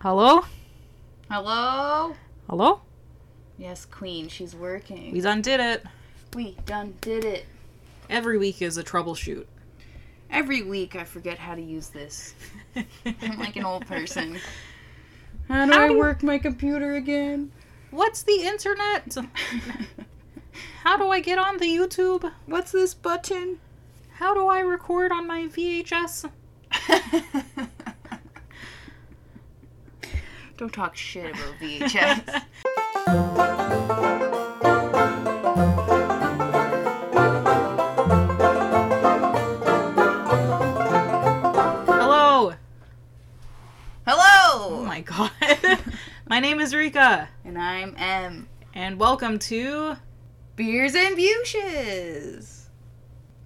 Hello? Hello? Hello? Yes, Queen, she's working. We done did it. We done did it. Every week is a troubleshoot. Every week I forget how to use this. I'm like an old person. How do How I do you- work my computer again? What's the internet? How do I get on the YouTube? What's this button? How do I record on my VHS? Don't talk shit about VHS. Hello! Hello! Oh my god. my name is Rika, and I'm M. and welcome to. Beers and Bushes,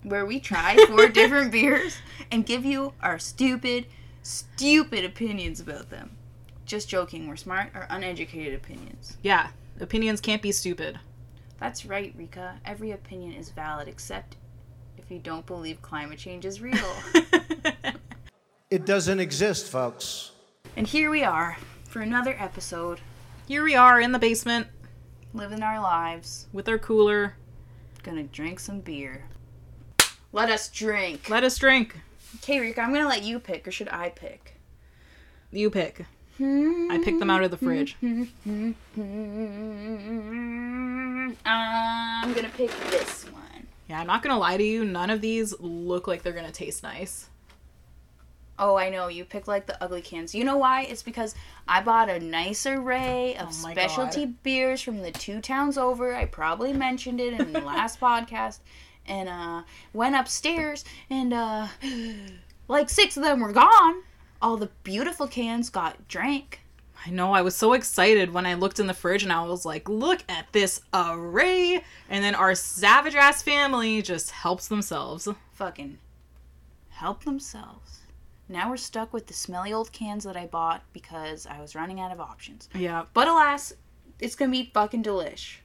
where we try four different beers and give you our stupid, stupid opinions about them. Just joking, we're smart, our uneducated opinions. Yeah, opinions can't be stupid. That's right, Rika. Every opinion is valid except if you don't believe climate change is real. It doesn't exist, folks. and here we are for another episode, Here we are in the basement living our lives, with our cooler. gonna drink some beer. Let us drink. Let us drink. Okay, Rika, I'm gonna let you pick, or should I pick? You pick. I picked them out of the fridge. Mm, I'm gonna pick this one. Yeah, I'm not gonna lie to you, none of these look like they're gonna taste nice. Oh, I know. You pick like the ugly cans. You know why? It's because I bought a nice array of Oh my specialty beers from the two towns over. I probably mentioned it in the last podcast. And uh went upstairs and uh like six of them were gone. All the beautiful cans got drank. I know, I was so excited when I looked in the fridge and I was like, look at this array! And then our savage ass family just helps themselves. fucking help themselves. Now we're stuck with the smelly old cans that I bought because I was running out of options. Yeah. But alas, it's gonna be fucking delish.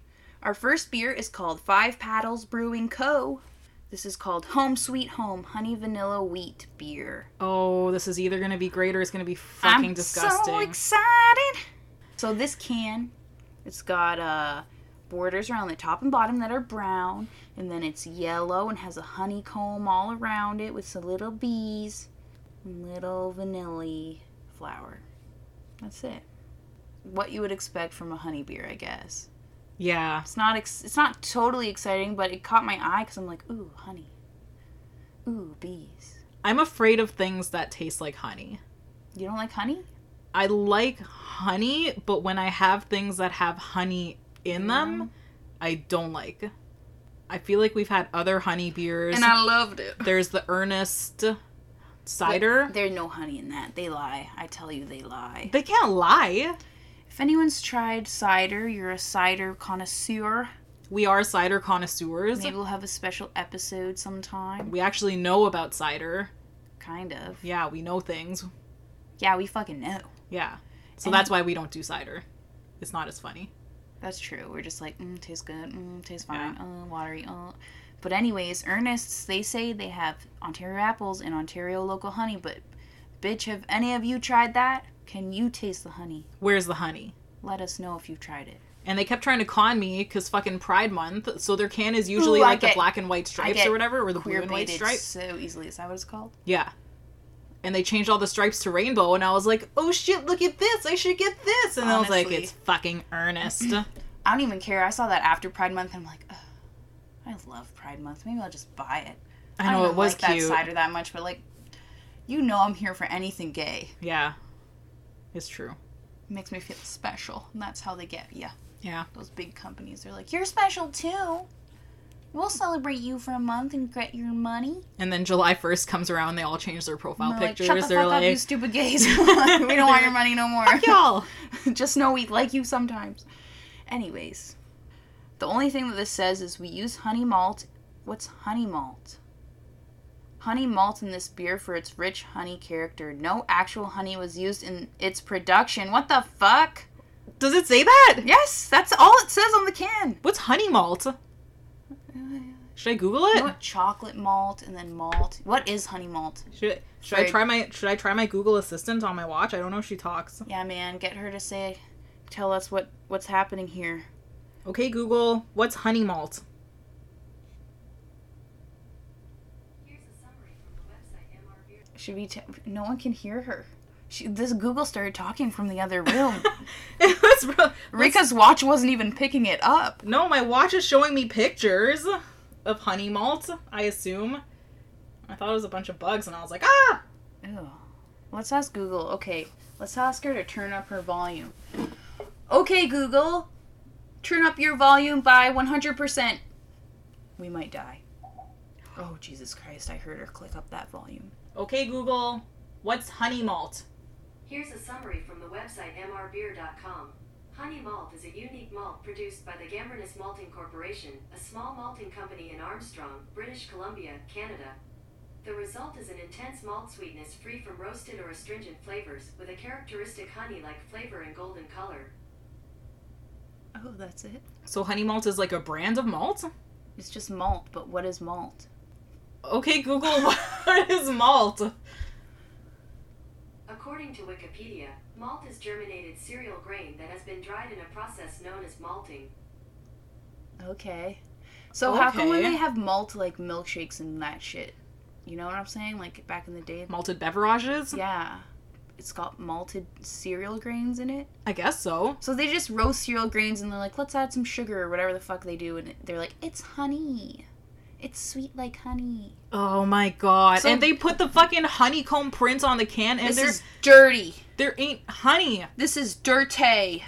Our first beer is called Five Paddles Brewing Co. This is called Home Sweet Home Honey Vanilla Wheat Beer. Oh, this is either gonna be great or it's gonna be fucking I'm disgusting. so excited. So this can, it's got uh, borders around the top and bottom that are brown, and then it's yellow and has a honeycomb all around it with some little bees, and little vanilla flower. That's it. What you would expect from a honey beer, I guess. yeah. It's not ex- it's not totally exciting, but it caught my eye because I'm like, ooh, honey, ooh, bees. I'm afraid of things that taste like honey. You don't like honey? I like honey, but when I have things that have honey in Mm. them, I don't like. I feel like we've had other honey beers. And I loved it. There's the Ernest But cider. There's no honey in that. They lie. I tell you, they lie. They can't lie. If anyone's tried cider, you're a cider connoisseur. We are cider connoisseurs. Maybe we'll have a special episode sometime. We actually know about cider. Kind of. Yeah, we know things. Yeah, we fucking know. Yeah. So And- that's why we don't do cider. It's not as funny. That's true. We're just like, mm, tastes good. Mm, tastes fine. Uh, watery. Uh. But anyways, Ernest's. They say they have Ontario apples and Ontario local honey. But, bitch, have any of you tried that? Can you taste the honey? Where's the honey? Let us know if you've tried it. And they kept trying to con me because fucking Pride Month. So their can is usually Ooh, I like the get- black and white stripes get or whatever, or the blue Queer and white baited stripes. so easily. Is that what it's called? Yeah. And they changed all the stripes to rainbow, and I was like, oh shit, look at this. I should get this. And I was like, Honestly. it's fucking Ernest. I don't even care. I saw that after Pride Month, and I'm like, Ugh, I love Pride Month. Maybe I'll just buy it. I know don't it was like cute. that cider that much, but like, you know, I'm here for anything gay. Yeah. It's true. It makes me feel special, and that's how they get you. Yeah. Those big companies, they're like, you're special too. We'll celebrate you for a month and get your money. And then July 1st comes around, they all change their profile And they're pictures. Like, Shut the They're fuck up, you like, stupid gays. we don't want your money no more. fuck y'all. just know we like you sometimes. Anyways, the only thing that this says is we use honey malt. What's honey malt? Honey malt in this beer for its rich honey character. No actual honey was used in its production. What the fuck? Does it say that? Yes, that's all it says on the can. What's honey malt? Should I Google You it? want chocolate malt and then malt. What is honey malt? Should should I Sorry. try my should I try my Google Assistant on my watch? I don't know if she talks. Yeah, man, get her to say, tell us what what's happening here. Okay, Google, what's honey malt? Here's a summary from the website MR Beer. Should we? T- no one can hear her. She, this Google started talking from the other room. It was real- Rika's watch wasn't even picking it up. No, my watch is showing me pictures of honey malt, I assume. I thought it was a bunch of bugs and I was like, ah! Ew. Let's ask Google. Okay, let's ask her to turn up her volume. Okay, Google, turn up your volume by 100%. We might die. Oh, Jesus Christ, I heard her click up that volume. Okay, Google, what's honey malt? Here's a summary from the website mrbeer.com. Honey malt is a unique malt produced by the Gambrinus Malting Corporation, a small malting company in Armstrong, British Columbia, Canada. The result is an intense malt sweetness free from roasted or astringent flavors, with a characteristic honey like flavor and golden color. Oh, that's it? So, honey malt is like a brand of malt? It's just malt, but what is malt? Okay, Google, what is malt? According to Wikipedia, malt is germinated cereal grain that has been dried in a process known as malting. Okay. So, how come when Okay. they have malt, like milkshakes and that shit? You know what I'm saying? Like back in the day? Malted beverages? Yeah. It's got malted cereal grains in it. I guess so. So they just roast cereal grains and they're like, let's add some sugar or whatever the fuck they do, and they're like, it's honey. It's sweet like honey. Oh my god. So- and they put the fucking honeycomb print on the can and This there, is dirty. there ain't honey. This is dirty.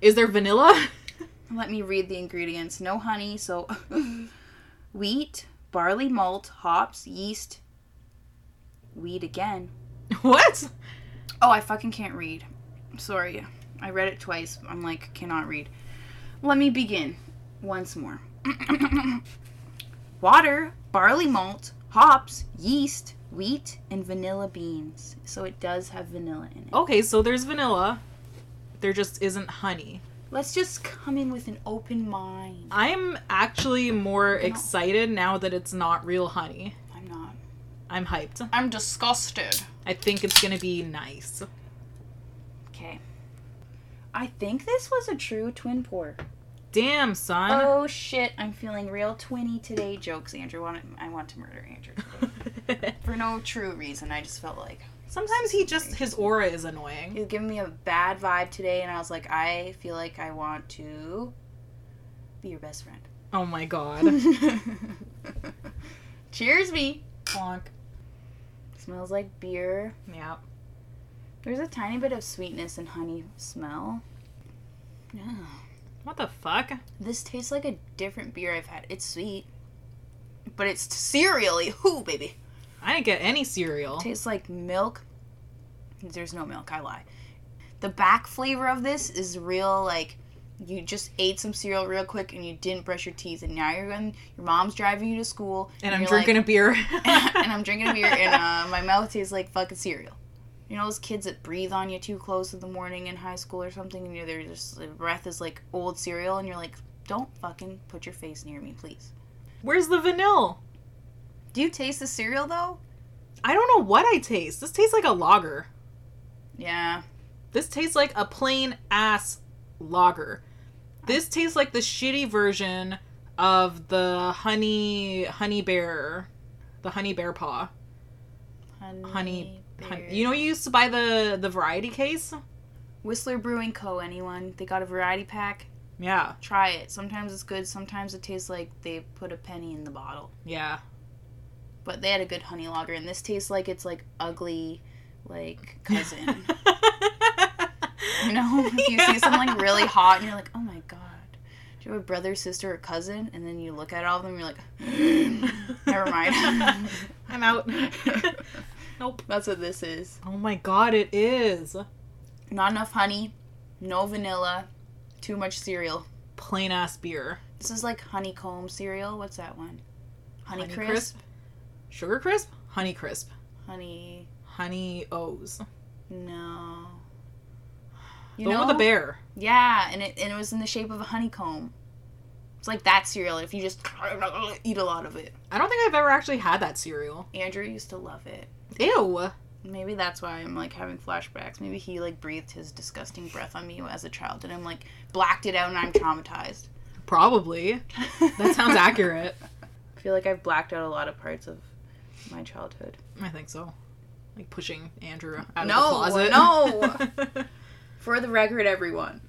Is there vanilla? Let me read the ingredients. No honey, so wheat, barley malt, hops, yeast, wheat again. what? Oh, I fucking can't read. Sorry. I read it twice. I'm like, cannot read. Let me begin once more. Water, barley malt, hops, yeast, wheat, and vanilla beans. So it does have vanilla in it. Okay, so there's vanilla. There just isn't honey. Let's just come in with an open mind. I'm actually more excited now that it's not real honey. I'm not. I'm hyped. I'm disgusted. I think it's gonna be nice. Okay. I think this was a true twin pour. Damn, son. Oh shit, I'm feeling real twinny today. Jokes, Andrew. Want I want to murder Andrew. for no true reason. I just felt like Sometimes he just, his aura is annoying. he was giving me a bad vibe today, and I was like, I feel like I want to be your best Oh my god. friend. Cheers, me. Bonk. Smells like beer. Yeah. There's a tiny bit of sweetness and honey smell. Yeah. What the fuck? This tastes like a different beer I've had. It's sweet, but it's cereally. Whoo, baby. I didn't get any cereal. tastes like milk. There's no milk, I lie. The back flavor of this is real like you just ate some cereal real quick and you didn't brush your teeth and now you're going your mom's driving you to school And I'm you're drinking a beer. like, and I'm drinking a beer and uh, my mouth tastes like fucking cereal. You know those kids that breathe on you too close in the morning in high school or something and you're their just their breath is like old cereal and you're like don't fucking put your face near me, please. Where's the vanilla? Do you taste the cereal though? I don't know what I taste. This tastes like a lager. Yeah. This tastes like a plain ass lager. This tastes like the shitty version of the honey honey bear, the honey bear paw. Honey. Honey, hun- bear. you know you used to buy the the variety case. Whistler Brewing Co. Anyone? They got a variety pack. Yeah, Try it. Sometimes it's good. Sometimes it tastes like they put a penny in the bottle. yeah. But they had a good honey lager, and this tastes like it's like ugly, like cousin. you know, if you see something like, really hot, and you're like, oh my god, do you have a brother, sister, or cousin? And then you look at all of them, and you're like, never mind. I'm out. nope. That's what this is. Oh my god, it is Not enough honey, no vanilla, too much cereal. plain ass beer. This is like honeycomb cereal. What's that one? Honey, Honey crisp. Sugar crisp, honey crisp, Honey, honey O's. no. You the one with the bear. Yeah, and it and it was in the shape of a honeycomb. It's like that cereal if you just eat a lot of it. I don't think I've ever actually had that cereal. Andrew used to love it. Ew. Maybe that's why I'm like having flashbacks. Maybe he like breathed his disgusting breath on me as a child and I'm like blacked it out and I'm traumatized. Probably. That sounds accurate. I feel like I've blacked out a lot of parts of my childhood. I think so. Like pushing Andrew out No, of the closet. no. For the record, everyone.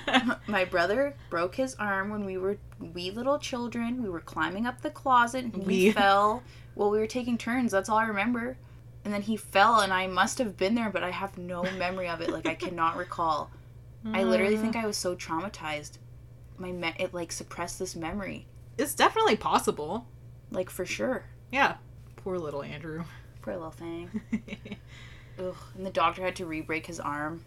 My brother broke his arm when we were wee little children. We were climbing up the closet and he We. fell. Well, we were taking turns. That's all I remember. And then he fell, and I must have been there, but I have no memory of it. Like I cannot recall. I literally think I was so traumatized. My me- it like suppressed this memory, it's definitely possible. like for sure. Yeah. Poor little Andrew. Poor little thing. Ugh. And the doctor had to re-break his arm.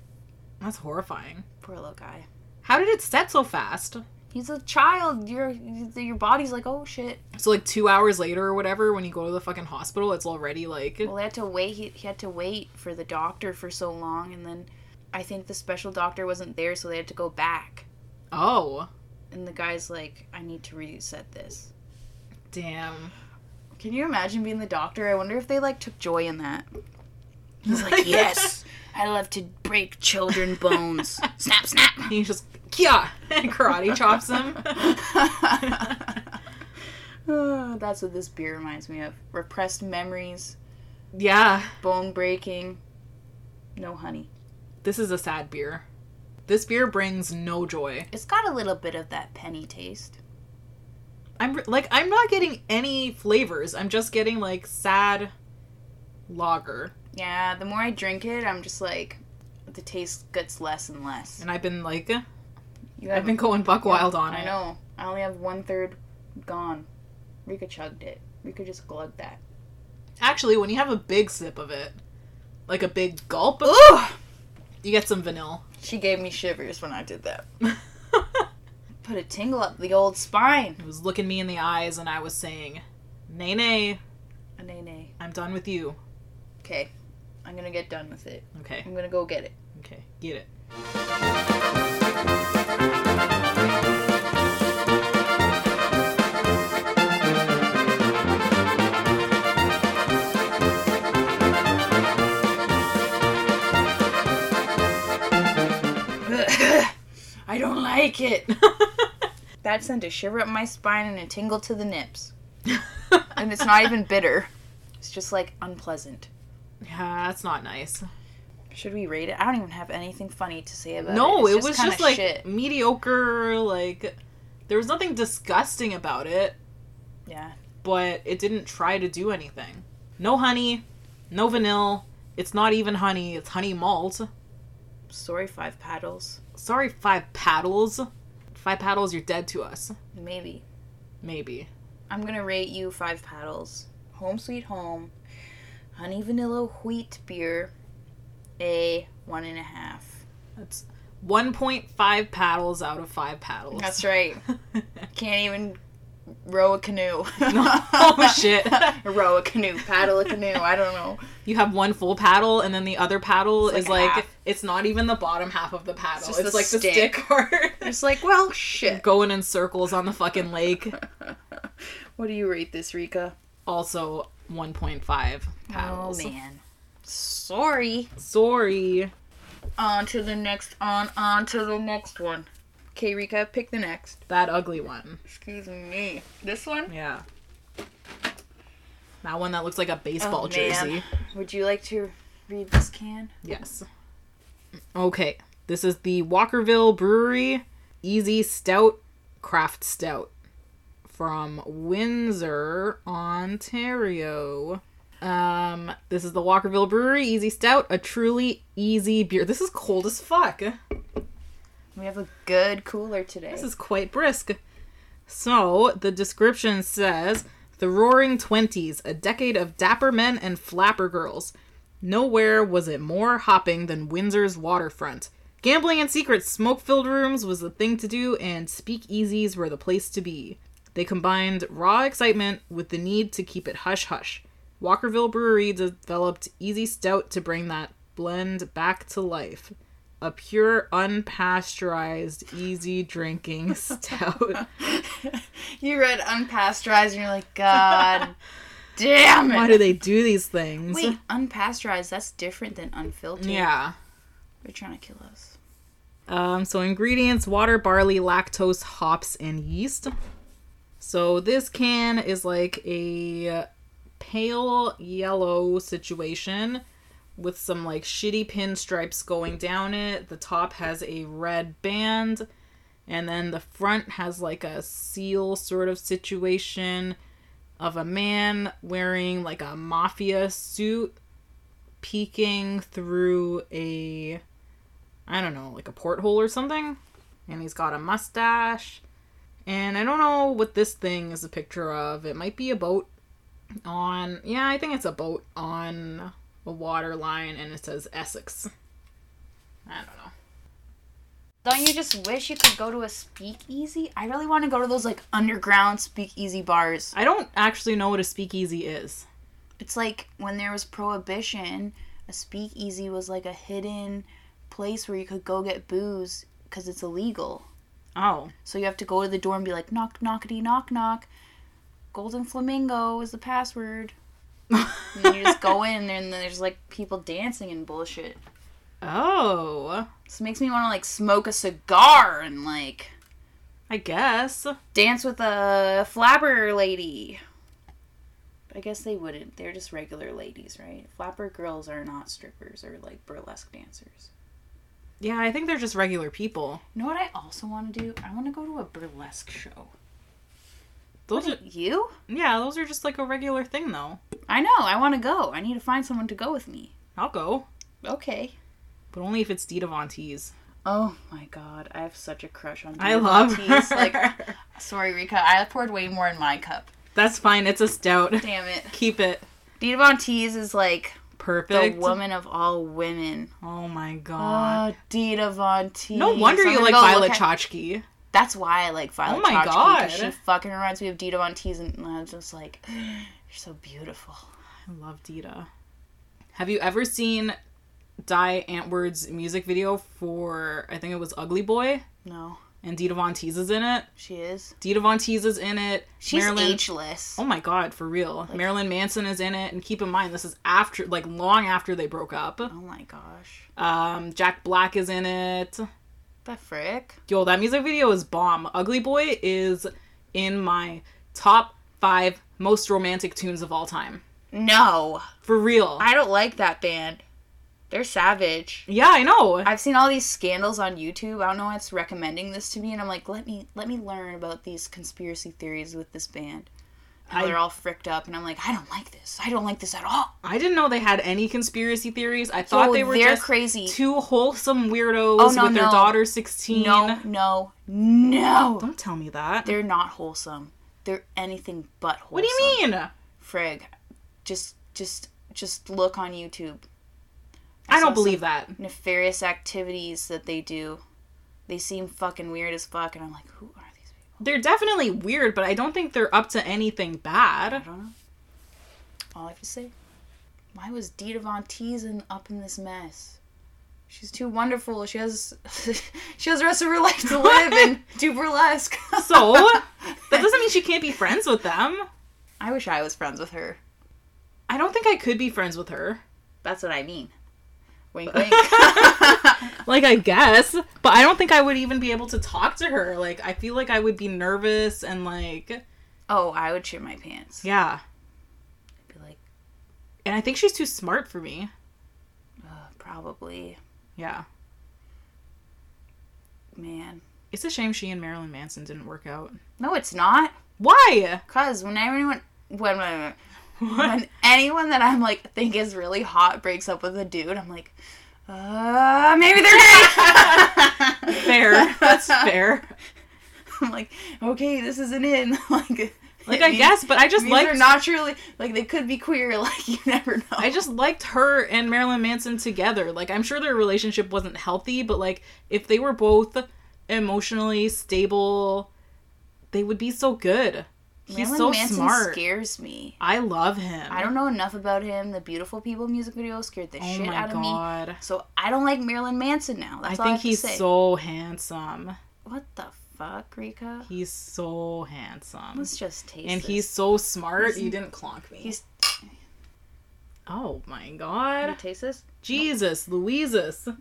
That's horrifying. Poor little guy. How did it set so fast? He's a child. Your your body's like, oh shit. So like two hours later or whatever, when you go to the fucking hospital, it's already like Well, they had to wait. He, he had to wait for the doctor for so long, and then I think the special doctor wasn't there, so they had to go back. oh And the guy's like, I need to reset this. damn. Can you imagine being the doctor? I wonder if they like took joy in that. He's like, yes, I love to break children bones. snap, snap. He just yeah and karate chops him. Oh, that's what this beer reminds me of: repressed memories, yeah. bone breaking. No honey. This is a sad beer. This beer brings no joy. It's got a little bit of that penny taste. I'm like I'm not getting any flavors. I'm just getting like sad lager. Yeah, the more I drink it, I'm just like, the taste gets less and less. And I've been like You I've been haven't- going buck wild on it. I know. I only have one third gone. Rika chugged it. Rika just glugged that. Actually, when you have a big sip of it, like a big gulp of you get some vanilla. She gave me shivers when I did that. it Put a tingle up the old spine. was looking me in the eyes and I was saying, Nay nay, A nay nay. I'm done with you. Okay, I'm gonna get done with it. Okay, I'm gonna go get it. okay, get it. I don't like it. That sent a shiver up my spine and a tingle to the nips. And it's not e- even bitter. It's just like unpleasant. Yeah, that's not nice. Should we rate it? I don't even have anything funny to say about no, it. it It's was kinda just like shit. mediocre, like there was nothing disgusting about it, yeah. but it didn't try to do anything. No honey, no vanilla, it's not even honey, it's honey malt. Sorry, five paddles. Sorry, five paddles. Five paddles, you're dead to us. Maybe. Maybe. I'm gonna rate you five paddles. Home sweet home, honey vanilla wheat beer, a one and a half. That's 1.5 paddles out of five paddles. That's right. Can't even row a canoe. oh shit. row a canoe, paddle a canoe. I don't know. You have one full paddle and then the other paddle It's is like like half. it's not even the bottom half of the paddle. just It's, the like the stick. stick part. It's like, well, shit. Going in circles on the fucking lake. What do you rate this, Rika? Also 1.5 paddles. Oh man. Sorry. Sorry. On to the next. On on to the next one. Okay, Rika, pick the next. That ugly one. Excuse me. This one? Yeah. That one that looks like a baseball Oh, man. jersey. Would you like to read this can? Yes. Okay. This is the Walkerville Brewery Easy Stout Craft Stout from Windsor, Ontario. Um, this is the Walkerville Brewery Easy Stout, a truly easy beer. This is cold as fuck. We have a good cooler today. This is quite brisk. So, the description says The Roaring Twenties, a decade of dapper men and flapper girls. Nowhere was it more hopping than Windsor's waterfront. Gambling in secret smoke filled rooms was the thing to do, and speakeasies were the place to be. They combined raw excitement with the need to keep it hush hush. Walkerville Brewery developed Easy Stout to bring that blend back to life. a pure, unpasteurized, easy drinking stout. you read unpasteurized and you're like, God damn it. Why do they do these things? Wait, unpasteurized, that's different than unfiltered. Yeah. They're trying to kill us. Um, so ingredients: water, barley, lactose, hops, and yeast. So this can is like a pale yellow situation with some like shitty pinstripes going down it. The top has a red band, and then the front has like a seal sort of situation of a man wearing like a mafia suit peeking through a I don't know, like a porthole or something. And he's got a mustache. And I don't know what this thing is a picture of. It might be a boat on. Yeah, I think it's a boat on a water line and it says Essex. I don't know. Don't you just wish you could go to a speakeasy? I really want to go to those like underground speakeasy bars. I don't actually know what a speakeasy is. It's like when there was prohibition, a speakeasy was like a hidden place where you could go get booze because it's illegal. Oh. So you have to go to the door and be like, knock, knockety, knock, knock. Golden Flamingo is the password. and then you just go in there and then there's like people dancing and bullshit. Oh. So it makes me want to like smoke a cigar and like I guess. dance with a flapper lady. I guess they wouldn't. They're just regular ladies, right? Flapper girls are not strippers or like burlesque dancers. Yeah, I think they're just regular people. You know what I also want to do? I want to go to a burlesque show. Those are, You? yeah, those are just like a regular thing though. I know. I want to go. I need to find someone to go with me. I'll go, Okay. but only if it's Dita Von Teese. Oh my god, I have such a crush on. Dina I love Von Teese. her. Like, sorry, Rika, I poured way more in my cup. That's fine. It's a stout. Damn it. Keep it Dita Von Teese is like the perfect. woman of all women. Oh my god. Oh, Dita Von Teese. no wonder I'm you gonna like go Violet look at- Chachki. That's why I like Violet. Oh my Chachki, 'cause God. she fucking reminds me of Dita Von Teese, and I'm just like, you're so beautiful. I love Dita. Have you ever seen Di Antwoord's music video for I think it was Ugly Boy No, and Dita Von Teese is in it. she is. Dita Von Teese is in it. She's Marilyn- ageless. Oh my god, for real. Marilyn Manson is in it and keep in mind this is after like long after they broke up. Oh my gosh, Um Jack Black is in it. the frick. Yo, that music video is bomb. Ugly Boy is in my top 5 most romantic tunes of all time. No, For real. I don't like that band. They're savage. yeah, I know. I've seen all these scandals on YouTube. I don't know why it's recommending this to me, and I'm like, let me let me learn about these conspiracy theories with this band. How I- they're all fricked up, and I'm like, I don't like this. I don't like this at all. I didn't know they had any conspiracy theories. I thought Oh, they were they're just crazy. two wholesome weirdos Oh, no, with their no. daughter 16. No, no, no. Don't tell me that. They're not wholesome. They're anything but wholesome. what do you mean? Frig, just just just look on YouTube. I, saw don't some believe that. Nefarious activities that they do. They seem fucking weird as fuck, and I'm like, who are these people? They're definitely weird, but I don't think they're up to anything I bad. don't know. All I have to say. Why was Dita Von Teese in- up in this mess? She's too wonderful. She has she has the rest of her life to live and do burlesque. So, that doesn't mean she can't be friends with them. I wish I was friends with her. I don't think I could be friends with her. That's what I mean. Wink, wink. Like, I guess, but I don't think I would even be able to talk to her. Like, I feel like I would be nervous and, like, oh, I would shit my pants. yeah. Be like, And I think she's too smart for me. Ugh, probably, Yeah. man. It's a shame she and Marilyn Manson didn't work out. No, it's not. Why? Cause when anyone when when, when anyone that I'm like think is really hot breaks up with a dude, I'm like, uh, maybe they're gay. Fair. That's fair. I'm like, okay, this isn't in. like, Like I guess, but I just These are liked not truly like they could be queer. Like you never know. I just liked her and Marilyn Manson together. Like I'm sure their relationship wasn't healthy, but like if they were both emotionally stable, they would be so good. He's Marilyn so Manson smart. scares me. I love him. I don't know enough about him. The Beautiful People music video scared the Oh shit my out of me. god. So I don't like Marilyn Manson now. I That's all I think have to he's say. so handsome. What the fuck, Rika? He's so handsome. Let's just taste. and this. he's so smart. You didn't clonk me. he's. oh my Can you god. taste this? Jesus, Louises.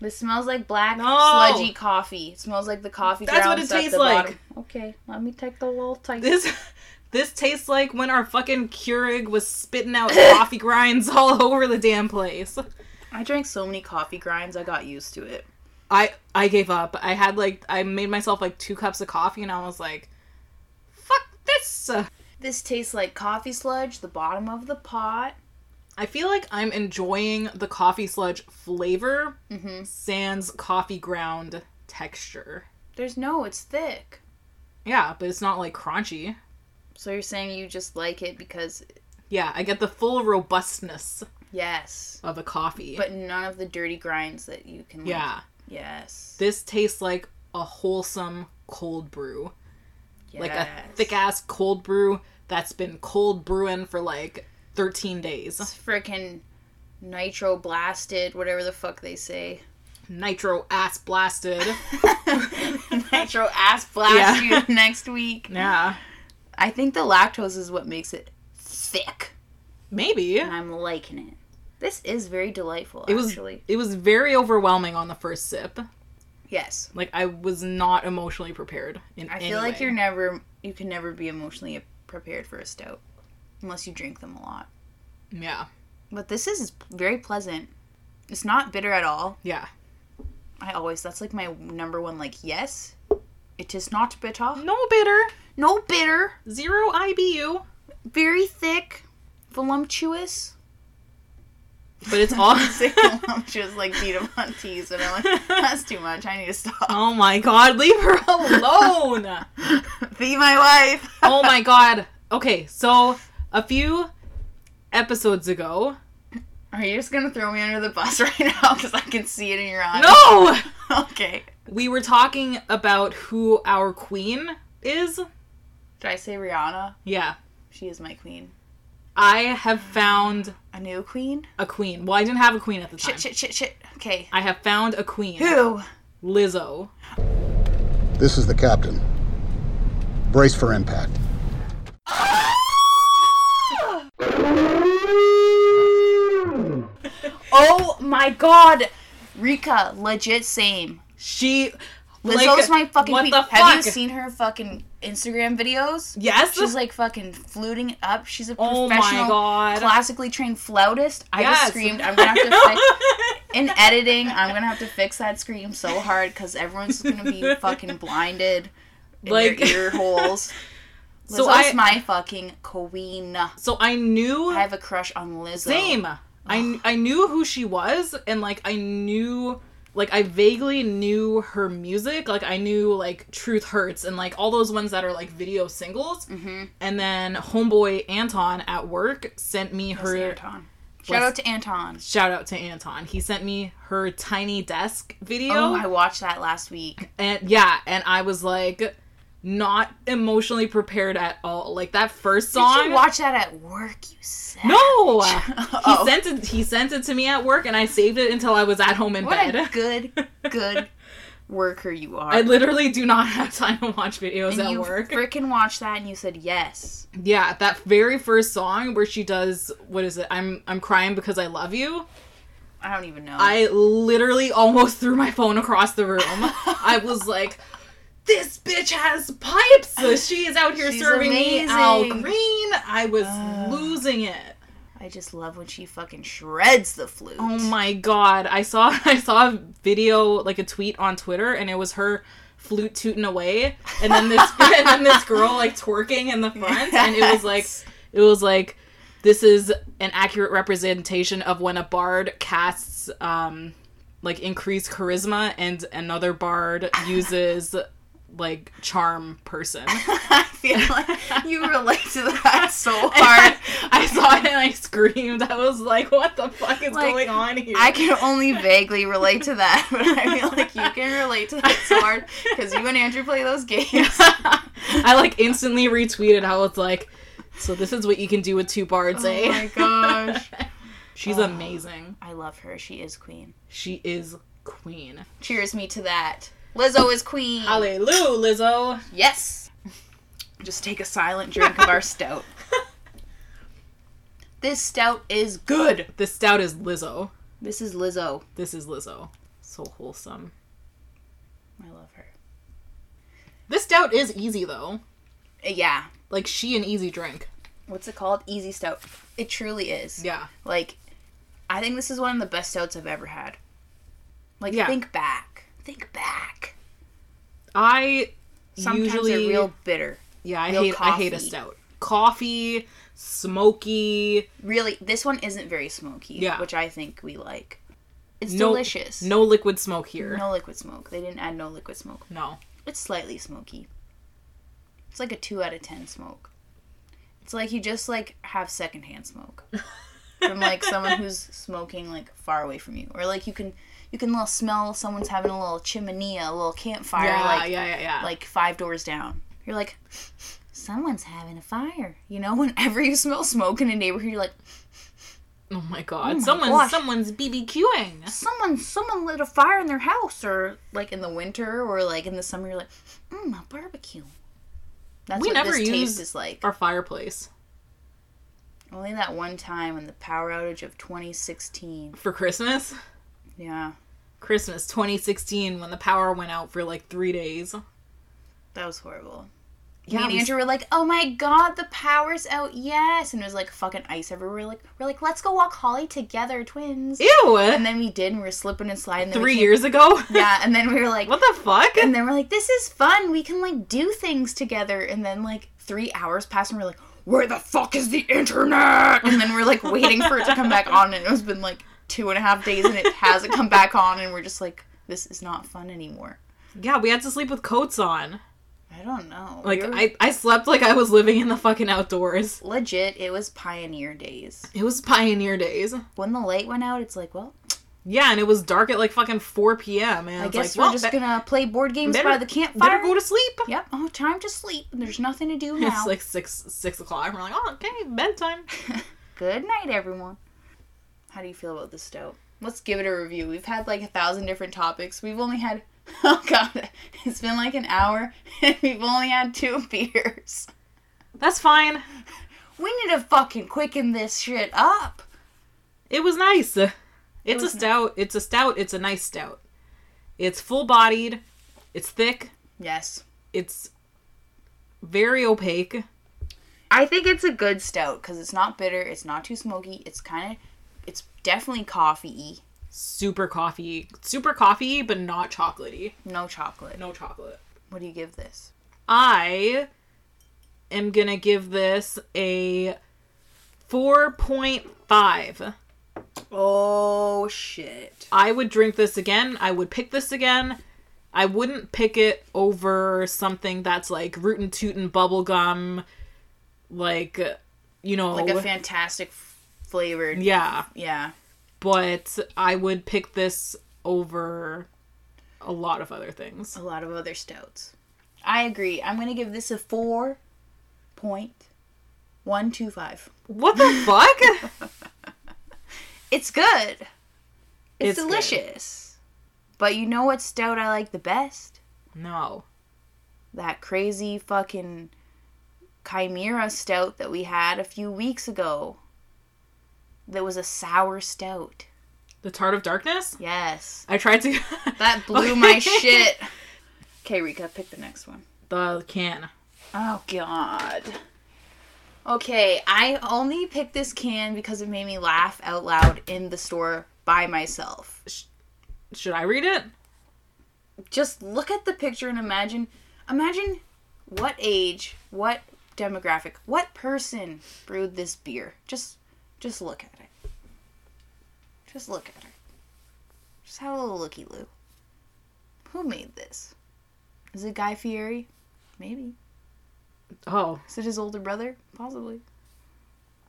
This smells like black No. sludgy coffee. It smells like the coffee. That's what grounds it at tastes the like. bottom. Okay, let me take the little taste. This this tastes like when our fucking Keurig was spitting out coffee grinds all over the damn place. I drank so many coffee grinds, I got used to it. I I gave up. I had like I made myself like two cups of coffee and I was like fuck this. This tastes like coffee sludge, the bottom of the pot. I feel like I'm enjoying the coffee sludge flavor Mm-hmm. sans coffee ground texture. There's no, it's thick. Yeah, but it's not like crunchy. So you're saying you just like it because Yeah, I get the full robustness yes, of a coffee. but none of the dirty grinds that you can. Like. yeah, Yes. this tastes like a wholesome cold brew. Like a yes. thick ass cold brew that's been cold brewing for like 13 days. It's frickin' nitro blasted, whatever the fuck they say. Nitro ass blasted. nitro ass blast Yeah. you next week. yeah, I think the lactose is what makes it thick, maybe. and I'm liking it. This is very delightful, It was actually. it was very overwhelming on the first sip. Yes. Like I was not emotionally prepared in I any feel like way. you're never, you can never be emotionally prepared for a stout unless you drink them a lot. Yeah. But this is very pleasant. It's not bitter at all. Yeah. I always, that's like my number one, like, yes, it is not bitter. No bitter. No bitter. Zero IBU. Very thick, voluptuous. But it's all Say voluptuous like Vita Montes, and I'm like, that's too much. I need to stop. Oh my god, leave her alone. Be my wife. oh my god. Okay, so a few episodes ago. Are you just gonna throw me under the bus right now? Because I can see it in your eyes. No! Okay. We were talking about who our queen is. Did I say Rihanna? Yeah. She is my queen. I have found A new queen? a queen. Well, I didn't have a queen at the time. Shit, shit, shit, shit. Okay. I have found a queen. Who? Lizzo. This is the captain. Brace for impact. Oh my god! Rika, legit same. She like, Lizzo's my fucking what queen. the Have you fuck? seen her fucking Instagram videos? Yes. She's like fucking fluting it up. She's a Oh my professional, God. classically trained flautist. I Yes. just screamed. I'm gonna have to fix in editing. I'm gonna have to fix that scream so hard because everyone's gonna be fucking blinded in Like- their ear holes. So So I- Lizzo's my fucking queen. I so I knew have a crush on Lizzo. Same. I I knew who she was, and like I knew, like I vaguely knew her music. Like I knew like Truth Hurts and like all those ones that are like video singles. Mm-hmm. And then homeboy Anton at work sent me That's her. Anton. Shout out to Anton. Shout out to Anton. He sent me her tiny desk video. Oh, I watched that last week. and yeah, and I was like not emotionally prepared at all. Like that first song. Did you watch that at work? You said No, Oh. he sent it. He sent it to me at work, and I saved it until I was at home in What bed. a good, good worker you are. I literally do not have time to watch videos and at you work. freaking watched that and you said yes. yeah, that very first song where she does what is it? I'm I'm crying because I love you. I don't even know. I literally almost threw my phone across the room. I was like, this bitch has pipes. She is out here She's serving me Al amazing. Green. I was losing it. I just love when she fucking shreds the flute. Oh my god! I saw I saw a video like a tweet on Twitter, and it was her flute tooting away, and then this and then this girl like twerking in the front, and it was like Yes. it was like this is an accurate representation of when a bard casts um like increased charisma, and another bard uses like charm person. I feel like you relate to that so hard. I saw it and I screamed. I was like, "What the fuck is Like, going on here?" I can only vaguely relate to that, but I feel like you can relate to that so hard because you and Andrew play those games. Oh I like instantly retweeted how it's like, so this is what you can do with two bards, eh? Oh my gosh. She's amazing. I love her. She is queen. She is queen. Cheers me to that. Lizzo is queen. Hallelujah, Lizzo. Yes. Just take a silent drink of our stout. This stout is good. This stout is Lizzo. This is Lizzo. This is Lizzo. So wholesome. I love her. This stout is easy though. Uh, Yeah. Like she an easy drink. What's it called? Easy stout. It truly is. Yeah. Like, I think this is one of the best stouts I've ever had. Like, Yeah. think back. Think back. I Sometimes usually they're real bitter. yeah I real hate I hate a coffee. stout. Coffee, smoky, Really, this one isn't very smoky, Yeah. which I think we like. It's no delicious. No liquid smoke here. No. No liquid smoke. They didn't add no liquid smoke. It's slightly smoky. It's like a 2 out of 10 smoke. It's like you just like have secondhand smoke from like someone who's smoking like far away from you or like you can you can little smell someone's having a little chiminea, a little campfire Yeah, like yeah, yeah, yeah. like 5 doors down. You're like someone's having a fire. You know, whenever you smell smoke in a neighborhood you're like oh my god. someone's gosh. someone's BBQing. someone someone lit a fire in their house or like in the winter or like in the summer you're like mm, a barbecue that's We what never this use taste is like Our fireplace only that one time in the power outage of 2016 for Christmas. yeah Christmas 2016 when the power went out for like three days. that was horrible Yeah, me and we- Andrew were like, "Oh my god, the power's out!" Yes, and it was like fucking ice everywhere. We're like, we're like, "Let's go walk Holly together, twins." Ew! And then we did, and we were slipping and sliding. and then we Three came- years ago? Yeah, and then we were like, what the fuck? And then we're like, this is fun. We can like do things together. And then like three hours pass and we're like, where the fuck is the internet? And then we're like waiting for it to come back on. And it's been like two and a half days and it hasn't come back on. And we're just like, this is not fun anymore. yeah, we had to sleep with coats on. I don't know. Like, We were- I, I slept like I was living in the fucking outdoors. legit, it was pioneer days. It was pioneer days. When the light went out, it's like, well, Yeah, and it was dark at like fucking 4 p.m. And I it's guess like, we're well, just be- gonna play board games better- by the campfire. Better go to sleep. Yep. Oh, time to sleep. There's nothing to do now. It's like 6 six o'clock. We're like, oh, okay, bedtime. Good night, everyone. How do you feel about this stout? Let's give it a review. We've had like a thousand different topics. We've only had, oh god, it's been like an hour and we've only had two beers. That's fine. We need to fucking quicken this shit up. It was nice. It's was a ni- stout. It's a stout. It's a nice stout. It's full bodied. It's thick. Yes. It's very opaque. I think it's a good stout because it's not bitter, it's not too smoky, it's kind of, it's definitely coffee super coffee super coffee but not chocolatey y. No chocolate. no chocolate What do you give this? i am gonna give this a 4.5 Oh shit. i would drink this again i would pick this again i wouldn't pick it over something that's like rootin' tootin' bubblegum like you know Like a fantastic f- flavored. yeah Yeah. but i would pick this over a lot of other things a lot of other stouts. I agree. I'm gonna give this a four point one two five. what the fuck It's good. It's It's, good. delicious. But you know what stout I like the best? no That crazy fucking chimera stout that we had a few weeks ago. That was a sour stout. The Tart of Darkness? Yes. I tried to. That blew my shit. Okay, Rika, pick the next one. The can. Oh god. Okay, I only picked this can because it made me laugh out loud in the store by myself. Should I read it? Just look at the picture and imagine imagine what age, what demographic, what person brewed this beer. Just just look at it. Just look at her. Just have a little looky loo. Who made this? Is it Guy Fieri? Maybe. Oh, Is it his older brother? Possibly.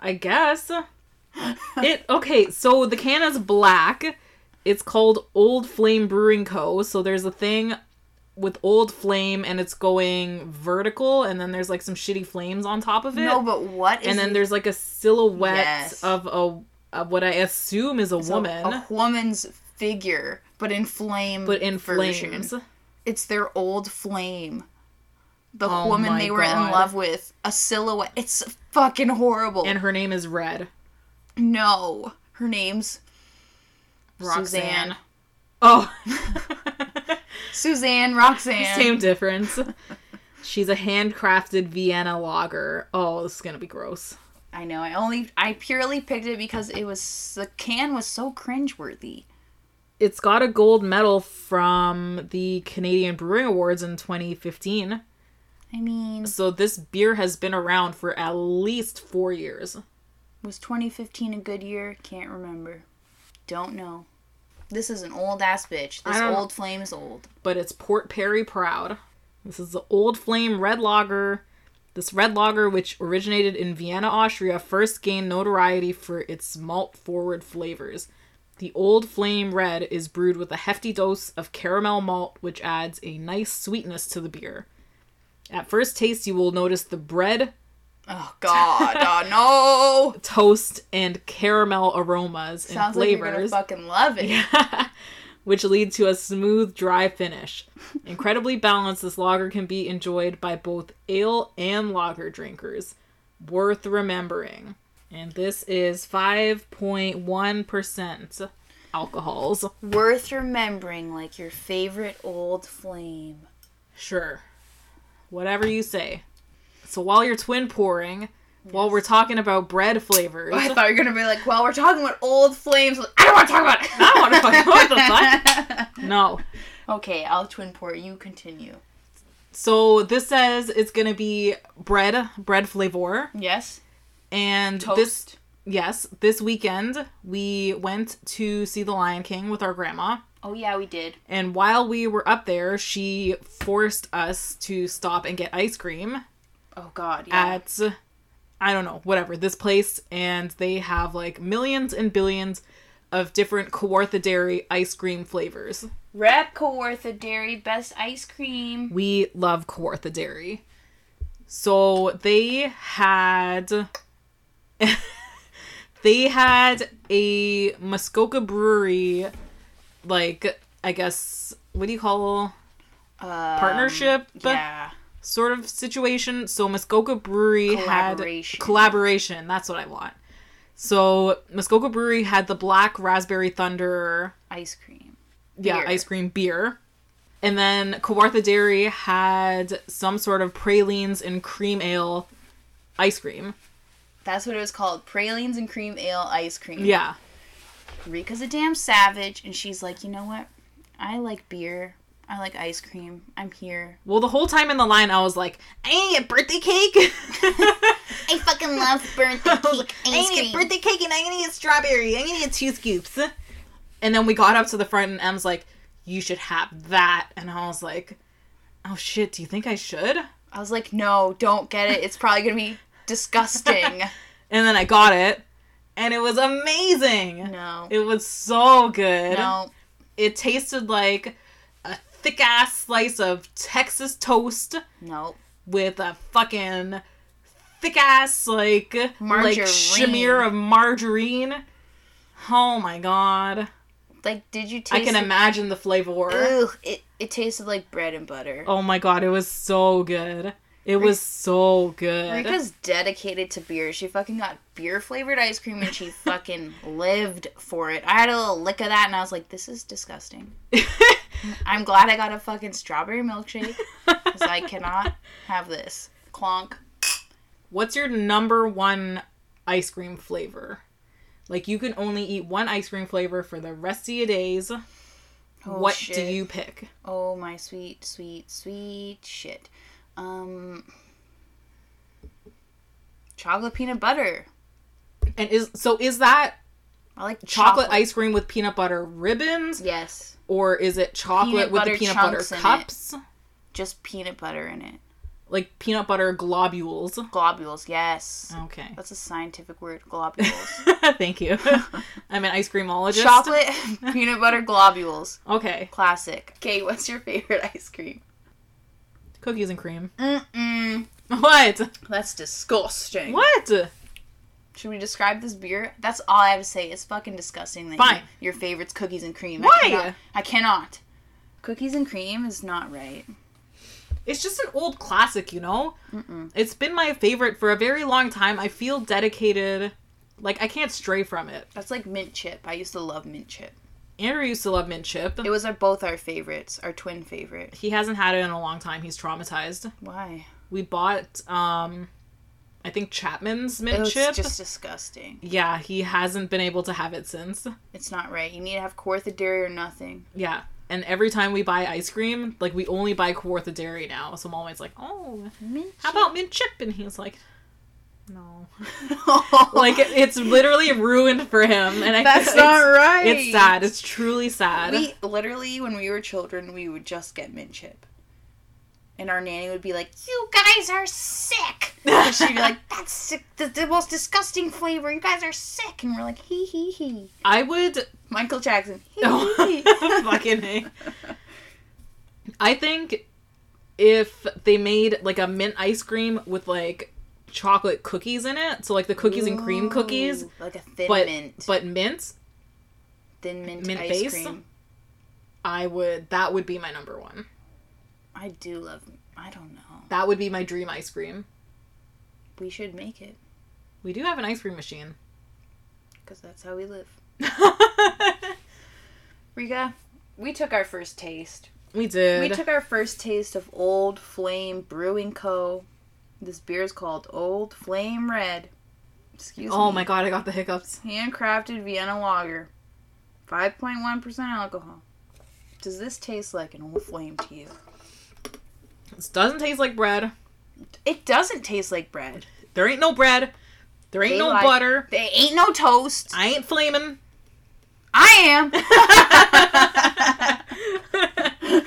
I guess. it okay, so the can is black. It's called Old Flame Brewing Co. So there's a thing with Old Flame and it's going vertical and then there's like some shitty flames on top of it. No, but what is and then it- there's like a silhouette Yes. of a of what I assume is a it's a- woman A, woman's figure, but in flame. but in version. flames. It's their old flame. The Oh woman my they were in God. love with. A silhouette. It's fucking horrible. And her name is Red. no. Her name's Roxanne. Suzanne. Oh. Suzanne Roxanne. Same difference. She's a handcrafted Vienna lager. Oh, this is gonna be gross. I know. I only I purely picked it because it was the can was so cringeworthy. It's got a gold medal from the Canadian Brewing Awards in 2015. I mean, So this beer has been around for at least four years. was 2015 a good year? Can't remember. Don't know. This is an old ass bitch. This I don't- old flame is old. But it's Port Perry Proud. This is the Old Flame Red Lager. This red lager, which originated in Vienna, Austria, first gained notoriety for its malt forward flavors. The Old Flame Red is brewed with a hefty dose of caramel malt, which adds a nice sweetness to the beer. At first taste, you will notice the bread, Oh God, oh no! toast, and caramel aromas and Sounds like you're gonna flavors. fucking love it. which lead to a smooth, dry finish. Incredibly balanced, this lager can be enjoyed by both ale and lager drinkers. Worth remembering. And this is 5.1% alcohols. Worth remembering, like your favorite old flame. Sure. Whatever you say. So while you're twin pouring, while we're talking about bread flavors, I thought you were gonna be like, well, we're talking about old flames. I don't want to talk about it. I want to fucking what the fuck? No. okay, I'll twin pour. You continue. So this says it's gonna be bread, bread flavor, Yes. and this Toast. Yes, this weekend we went to see The Lion King with our grandma. Oh yeah, we did. And while we were up there, she forced us to stop and get ice cream Oh God, yeah. at, I don't know, whatever, this place. And they have like millions and billions of different Kawartha Dairy ice cream flavors. Rep Kawartha Dairy Best Ice Cream. We love Kawartha Dairy. So they had they had a Muskoka brewery like I guess what do you call partnership Um, Yeah. sort of situation. So Muskoka Brewery Collaboration. had collaboration. That's what I want. So Muskoka Brewery had the black raspberry thunder Ice cream. yeah, Beer. ice cream beer. And then Kawartha Dairy had some sort of pralines and cream ale ice cream. That's what it was called. Pralines and cream ale ice cream. Yeah. Rika's a damn savage, and she's like, you know what? I like beer. I like ice cream. I'm here. Well, the whole time in the line, I was like, I ain't a birthday cake. I fucking love birthday cake ice cream. cake and I'm gonna get strawberry. I'm gonna get two scoops. And then we got up to the front and Em's like, You should have that. And I was like, Oh shit, do you think I should? I was like, no, don't get it. It's probably gonna be disgusting. And then I got it. And it was amazing. no. It was so good. no. It tasted like a thick ass slice of Texas toast No. with a fucking thick ass like Margarine. like smear of margarine. Oh my god. Like, did you taste I can imagine the flavor. Ugh, it, it tasted like bread and butter. Oh my god, it was so good. It was so good. Rika's dedicated to beer. She fucking got beer flavored ice cream and she fucking lived for it. I had a little lick of that and I was like, this is disgusting. I'm glad I got a fucking strawberry milkshake because I cannot have this. Clonk. What's your number one ice cream flavor? Like you can only eat one ice cream flavor for the rest of your days. Oh, what do shit. you pick? Oh my sweet, sweet, sweet shit. Um. Chocolate peanut butter. And is so is that I like chocolate, ice cream with peanut butter ribbons Yes. or is it chocolate Peanut with butter the peanut butter chunks in it. cups? just peanut butter in it. Like peanut butter globules. Globules, yes. Okay. That's a scientific word, globules. Thank you. I'm an ice creamologist. Chocolate, peanut butter, globules. Okay. Classic. Okay, what's your favorite ice cream? Cookies and cream. Mm-mm. What? That's disgusting. What? Should we describe this beer? That's all I have to say. It's fucking disgusting. That Fine. you- your favorite's cookies and cream. Why? I cannot, I cannot. Cookies and cream is not right. It's just an old classic, you know? It's been my favorite for a very long time. I feel dedicated. Like, I can't stray from it. That's like mint chip. I used to love mint chip. Andrew used to love mint chip. It was our, both our favorites, our twin favorite. He hasn't had it in a long time. He's traumatized. Why? We bought, um, I think Chapman's mint It was chip. Oh, just disgusting. Yeah, he hasn't been able to have it since. It's not right. You need to have Cortha Dairy or nothing. Yeah. And every time we buy ice cream, like we only buy Kawartha Dairy now. So I'm always like, oh, Mint how about mint chip? And he's like, no. chip. like it- it's literally ruined for him. And I That's it's- not right. It's sad. It's truly sad. We literally, when we were children, we would just get mint chip. And our nanny would be like, You guys are sick! And she'd be like, That's sick, the, the most disgusting flavor. You guys are sick. And we're like, Hee hee hee. I would Michael Jackson, hee hee hee. fucking A. I think if they made like a mint ice cream with like chocolate cookies in it, so like the cookies and cream cookies, Ooh, Like a thin but mint. but mint, thin mint, mint ice base? cream. I would that would be my number one. I do love, I don't know. That would be my dream ice cream. We should make it We do have an ice cream machine. because that's how we live. Riga, we took our first taste. we did. We took our first taste of Old Flame Brewing Co. This beer is called Old Flame Red. Excuse me. oh my god, I got the hiccups. Handcrafted Vienna Lager. 5.1% alcohol. Does this taste like an old flame to you? This doesn't taste like bread. It doesn't taste like bread. There ain't no bread. There ain't They no like- butter. They ain't no toast. I ain't flaming. I am.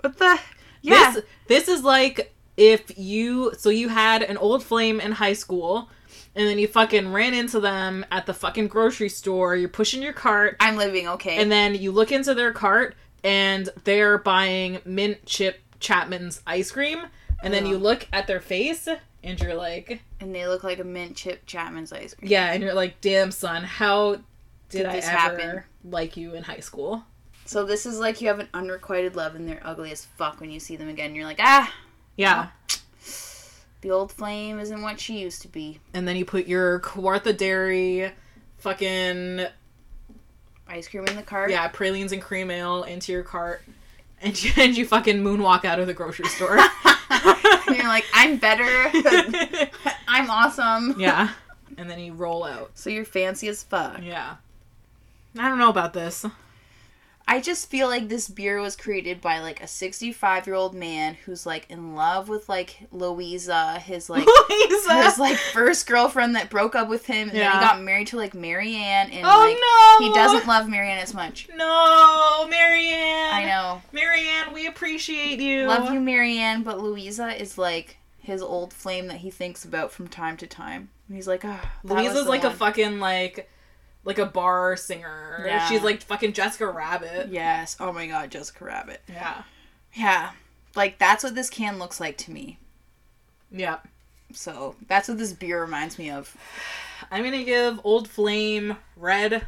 what the? Yeah. This this is like if you so you had an old flame in high school and then you fucking ran into them at the fucking grocery store, you're pushing your cart, I'm living okay. and then you look into their cart and they're buying mint chip Chapman's ice cream, and then you look at their face and you're like, and they look like a mint chip Chapman's ice cream. yeah, and you're like, damn son, how did, I this ever happen? like you in high school? So this is like you have an unrequited love and they're ugly as fuck when you see them again. You're like, ah, Yeah. the old flame isn't what she used to be. And then you put your Kawartha Dairy fucking Ice cream in the cart. yeah, pralines and cream ale into your cart, and you, and you fucking moonwalk out of the grocery store. And you're like, I'm better. I'm awesome. yeah, and then you roll out. So you're fancy as fuck. Yeah, I don't know about this. I just feel like this beer was created by like a 65 year old man who's like in love with like Louisa, his like his like first girlfriend that broke up with him, and then Yeah. he got married to like Marianne, and oh like no, he doesn't love Marianne as much. No, Marianne. I know. Marianne. We appreciate you. Love you, Marianne, but Louisa is like his old flame that he thinks about from time to time. And he's like, ah, that was Louisa's the like a one." fucking like. Like a bar singer. Yeah. She's like fucking Jessica Rabbit. Yes. Oh my god, Jessica Rabbit. Yeah. Yeah. Like that's what this can looks like to me. Yeah. So that's what this beer reminds me of. I'm gonna give Old Flame Red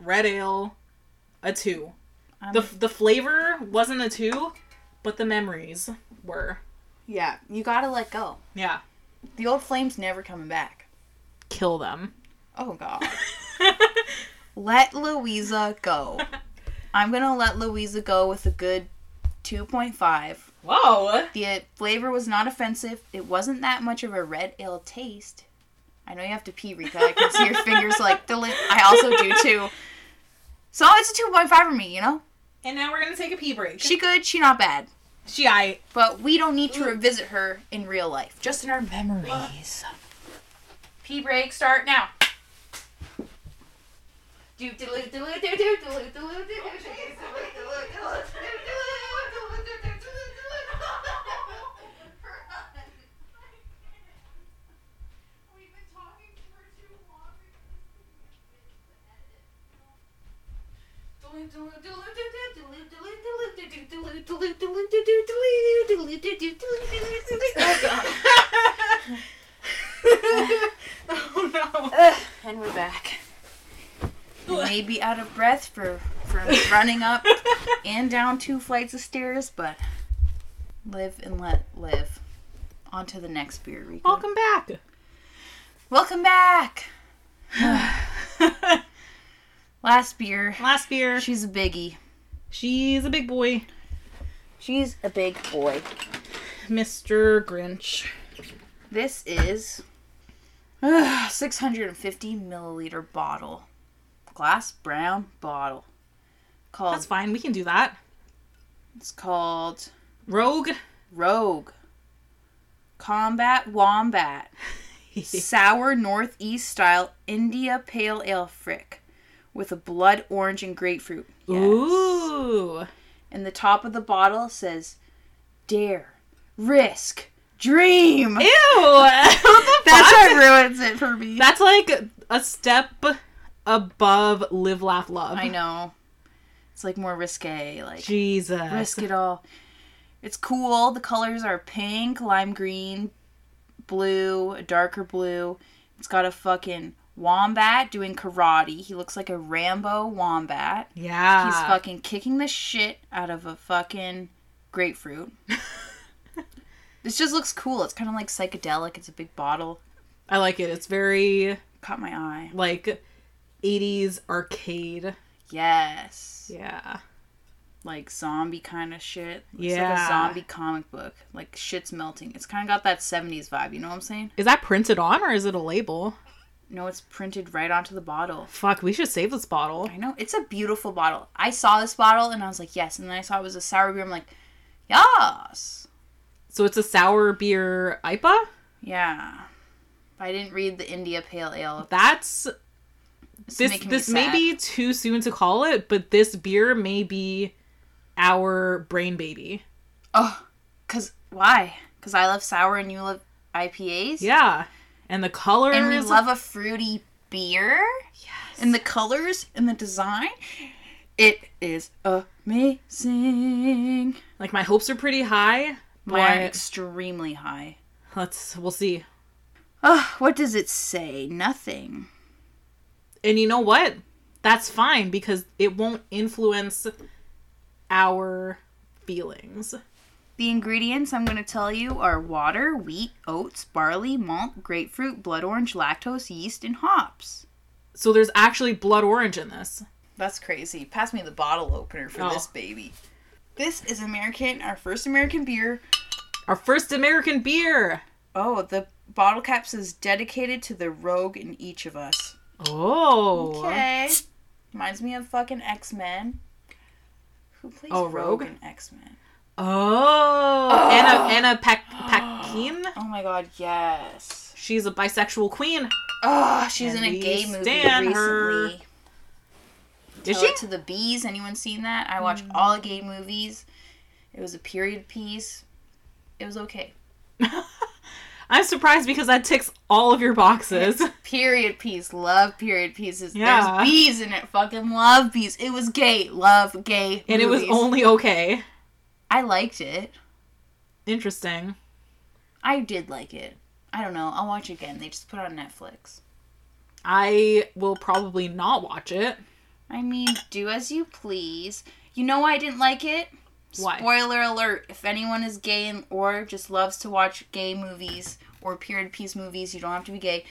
Red Ale a two. the the flavor wasn't a two, but the memories were. Yeah. You gotta let go. Yeah, The old flame's never coming back. kill them. Oh god. let Louisa go. I'm gonna let Louisa go with a good 2.5. Whoa! The flavor was not offensive. It wasn't that much of a red ale taste. I know you have to pee, Rika. I can see your fingers like the lip. I also do too. So it's a 2.5 for me, you know? And now we're gonna take a pee break. She good, she not bad. She, I But we don't need to revisit her in real life, just in our memories. Pee break, start now. oh no. And we're back. Maybe out of breath for from running up and down two flights of stairs, but live and let live. On to the next beer, Rico. Welcome back. Welcome back. Last beer. Last beer. She's a biggie. She's a big boy, She's a big boy. Mr. Grinch. This is ugh, 650 milliliter bottle, glass brown bottle. Called That's fine. We can do that. it's called Rogue. Rogue Combat Wombat Sour Northeast Style India Pale Ale Frick with a blood orange and grapefruit. Yes. Ooh. And the top of the bottle says Dare, Risk, Dream. Ew. What the That's fuck? what ruins it for me. That's like a step above live, laugh, love. I know. It's like more risque, like Jesus. risk it all. It's cool. The colors are pink, lime green, blue, a darker blue. It's got a fucking wombat doing karate. He looks like a Rambo wombat. Yeah. He's fucking kicking the shit out of a fucking grapefruit. this just looks cool. It's kind of like psychedelic. It's a big bottle. I like it. It's very Caught my eye. like 80s arcade. Yes. Yeah. like zombie kind of shit. It's like Yeah. a zombie comic book. Like shit's melting. It's kind of got that 70s vibe, you know what I'm saying? Is that printed on or is it a label? No, it's printed right onto the bottle. Fuck, we should save this bottle. I know. It's a beautiful bottle. I saw this bottle and I was like, "Yes." And then I saw it was a sour beer. I'm like, "Yes." So it's a sour beer IPA? Yeah. But I didn't read the India Pale Ale. That's It's this making me this may sad. be too soon to call it, but this beer may be our brain baby. Oh, cuz why? Cuz I love sour and you love IPAs? Yeah. And the colors And we love a fruity beer. Yes. And the colors and the design. It is amazing. like my hopes are pretty high. Mine are but extremely high. let's we'll see. Oh, what does it say? Nothing. And you know what? That's fine because it won't influence our feelings. The ingredients I'm going to tell you are water, wheat, oats, barley, malt, grapefruit, blood orange, lactose, yeast, and hops. So there's actually blood orange in this. That's crazy. Pass me the bottle opener for Oh. this baby. This is American, our first American beer. Our first American beer. Oh, the bottle cap says dedicated to the rogue in each of us. Oh. Okay. Reminds me of fucking X Men. Who plays Oh, Rogue Rogue? in X Men? Oh. Anna Anna Pac- Paquin. Oh my god, yes. She's a bisexual queen. Oh, she's And in a we gay movie stan recently. her. Is Tell she? It Mm. to the Bees. Anyone seen that? I watched all gay movies. It was a period piece. It was okay. I'm surprised because that ticks all of your boxes. Period piece. Love period pieces. Yeah. There's bees in it. Fucking love bees. It was gay. Love gay. And it was movies. only okay. I liked it. Interesting. I did like it. I don't know. I'll watch it again. They just put it on Netflix. I will probably not watch it. I mean, do as you please. You know why I didn't like it? Why? Spoiler alert. If anyone is gay and, or just loves to watch gay movies or period piece movies, you don't have to be gay.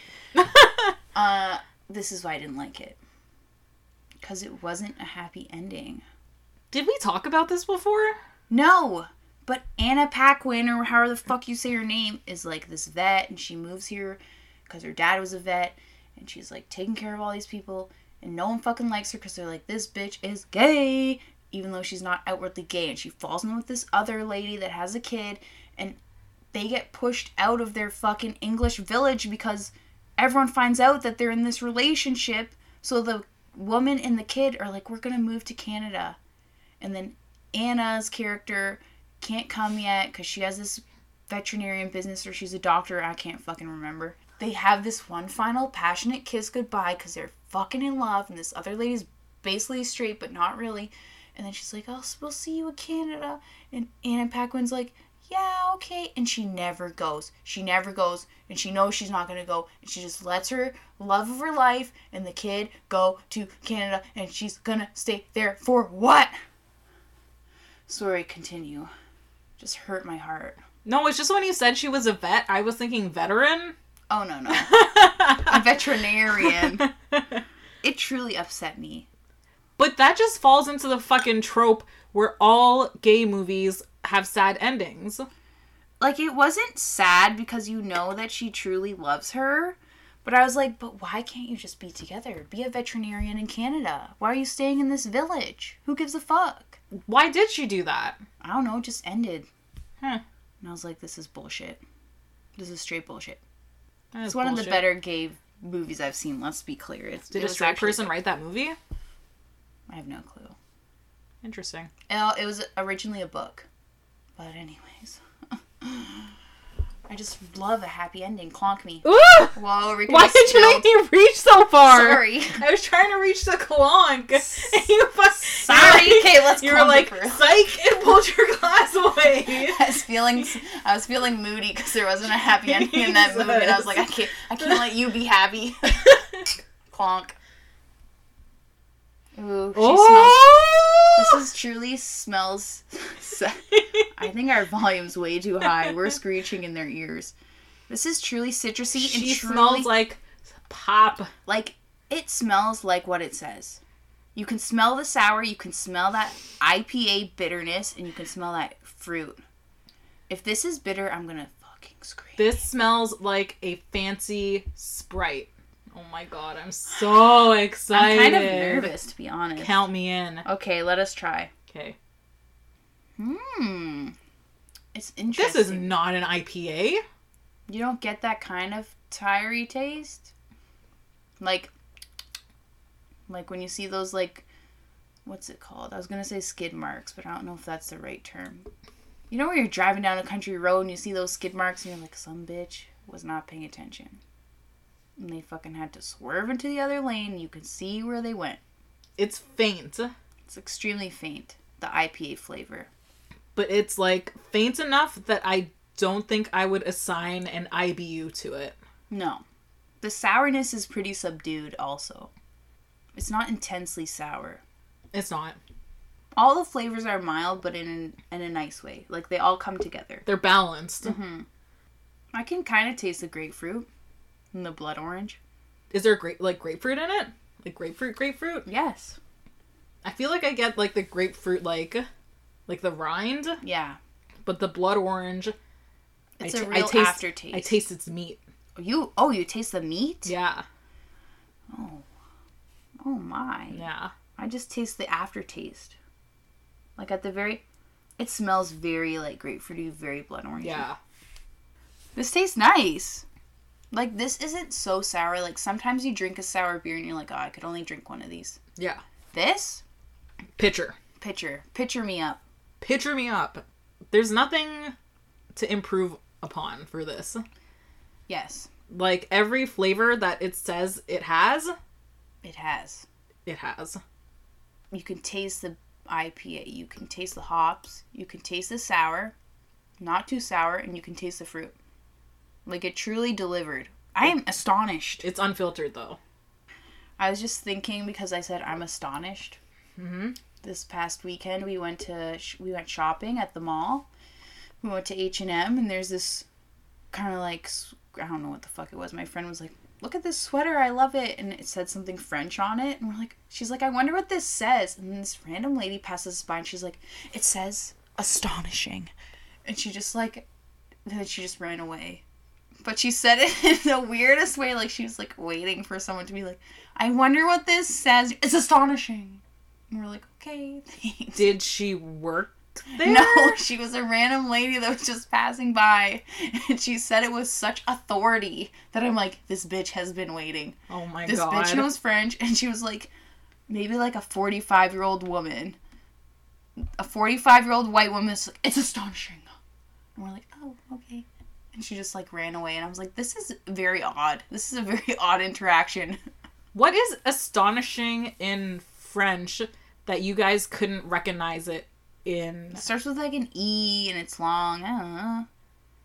uh, this is why I didn't like it. Because it wasn't a happy ending. Did we talk about this before? No! But Anna Paquin, or however the fuck you say her name, is like this vet, and she moves here because her dad was a vet, and she's like taking care of all these people, and no one fucking likes her because they're like, this bitch is gay, even though she's not outwardly gay, and she falls in with this other lady that has a kid, and they get pushed out of their fucking English village because everyone finds out that they're in this relationship, so the woman and the kid are like, we're gonna move to Canada and then Anna's character can't come yet because she has this veterinarian business or she's a doctor. I can't fucking remember. They have this one final passionate kiss goodbye because they're fucking in love, and this other lady's basically straight, but not really. And then she's like, "I'll s- we'll see you in Canada." And Anna Paquin's like, "Yeah, okay." And she never goes. She never goes, and she knows she's not gonna go. And she just lets her love of her life and the kid go to Canada, and she's gonna stay there for what? Sorry, continue. Just hurt my heart. No, it's just when you said she was a vet, I was thinking veteran. Oh no no, a veterinarian. It truly upset me. But that just falls into the fucking trope where all gay movies have sad endings. like it wasn't sad because you know that she truly loves her but i was like but why can't you just be together be a veterinarian in canada why are you staying in this village who gives a fuck Why did she do that? i don't know it just ended Huh. and i was like this is bullshit this is straight bullshit That it's is one of the bullshit. better gay movies i've seen let's be clear it's Did it a was straight actually- person write that movie? i have no clue Interesting. Uh, it was originally a book but anyways i just love a happy ending clonk me Ooh! whoa Rick Why did you make me reach so far? sorry I was trying to reach the clonk. And you fuck. Sorry. You were like, Okay, let's You were clonk like, it for real. psych, and pulled your glass away. I was feeling I was feeling moody because there wasn't a happy ending in that movie, and I was like, I can't I can't let you be happy. Clonk. Ooh, she oh! smells. This is truly smells. I think our volume's way too high. We're screeching in their ears. This is truly citrusy she and truly smells like pop. like it smells like what it says. You can smell the sour, you can smell that IPA bitterness, and you can smell that fruit. If this is bitter, I'm gonna fucking scream. This smells like a fancy Sprite. Oh my god, I'm so I'm excited. kind of nervous to be honest. Count me in. Okay, let us try. Okay. Hmm. It's This interesting. is not an IPA. You don't get that kind of tiry taste. Like like when you see those like what's it called? I was gonna say skid marks, but I don't know if that's the right term. You know where you're driving down a country road and you see those skid marks and you're like, some bitch was not paying attention. And they fucking had to swerve into the other lane. You can see where they went. It's faint, It's extremely faint, the IPA flavor. but it's like faint enough that I don't think I would assign an IBU to it. No. The sourness is pretty subdued also. It's not intensely sour. It's not. all the flavors are mild but in in a nice way like they all come together They're balanced. Mm-hmm. i can kind of taste the grapefruit and the blood orange Is there grape like grapefruit in it? Like grapefruit, grapefruit. yes I feel like I get like the grapefruit, like, like the rind, yeah but the blood orange. it's I a ta- I real taste- aftertaste I taste its meat. you oh you taste the meat Yeah, oh my yeah. i just taste the aftertaste like at the very it smells very like grapefruity very blood orange Yeah. this tastes nice like this isn't so sour like sometimes you drink a sour beer and you're like oh i could only drink one of these Yeah. this Pitcher. pitcher pitcher me up Pitcher me up. There's nothing to improve upon for this. yes Like every flavor that it says it has, it has it has. you can taste the IPA, you can taste the hops, you can taste the sour, not too sour, and you can taste the fruit. Like it truly delivered. I am astonished. It's unfiltered though. I was just thinking because I said I'm astonished. This past weekend we went to sh- we went shopping at the mall. We went to H and M, and there's this kind of like s- I don't know what the fuck it was. My friend was like, "Look at this sweater, I love it," and it said something French on it, and we're like, "She's like, I wonder what this says." And this random lady passes us by, and she's like, "It says astonishing," and she just like, and then she just ran away. But she said it in the weirdest way, like she was like waiting for someone to be like, I wonder what this says. It's astonishing. And we're like, okay, thanks. Did she work there? No, she was a random lady that was just passing by, and she said it with such authority that I'm like, this bitch has been waiting. Oh my This god. bitch knows French, and she was like, maybe like a 45 year old woman, a 45 year old white woman. Is like, it's astonishing. And we're like, oh, okay. And she just like ran away, and I was like, this is very odd. This is a very odd interaction. What is astonishing in French that you guys couldn't recognize it in. It starts with like an E and it's long. I don't know.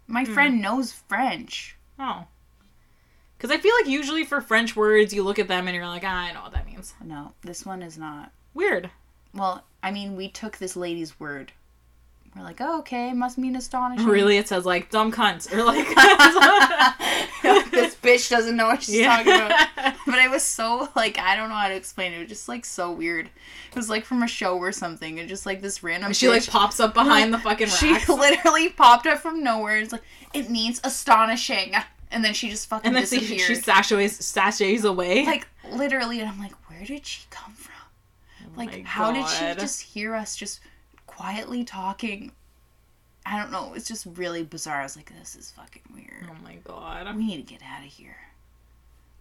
My Hmm. friend knows French. Oh. Because I feel like usually for French words, you look at them and you're like, ah, I know what that means. No, this one is not. Weird. Well, I mean, we took this lady's word. We're like, oh, okay, must mean astonishing. Really, it says like dumb cunt or like. this bitch doesn't know what she's Yeah. talking about. But it was so like I don't know how to explain it. It was just like so weird. It was like from a show or something. And just like this random. she like bitch- pops up behind the fucking She rack. literally popped up from nowhere. It's like it means astonishing, and then she just fucking and then she, disappeared. she sashays, sashays away. like literally, and I'm like, where did she come from? Like, Oh my how did she God. just hear us just quietly talking? I don't know. It's just really bizarre. I was like, this is fucking weird. oh my god. We need to get out of here.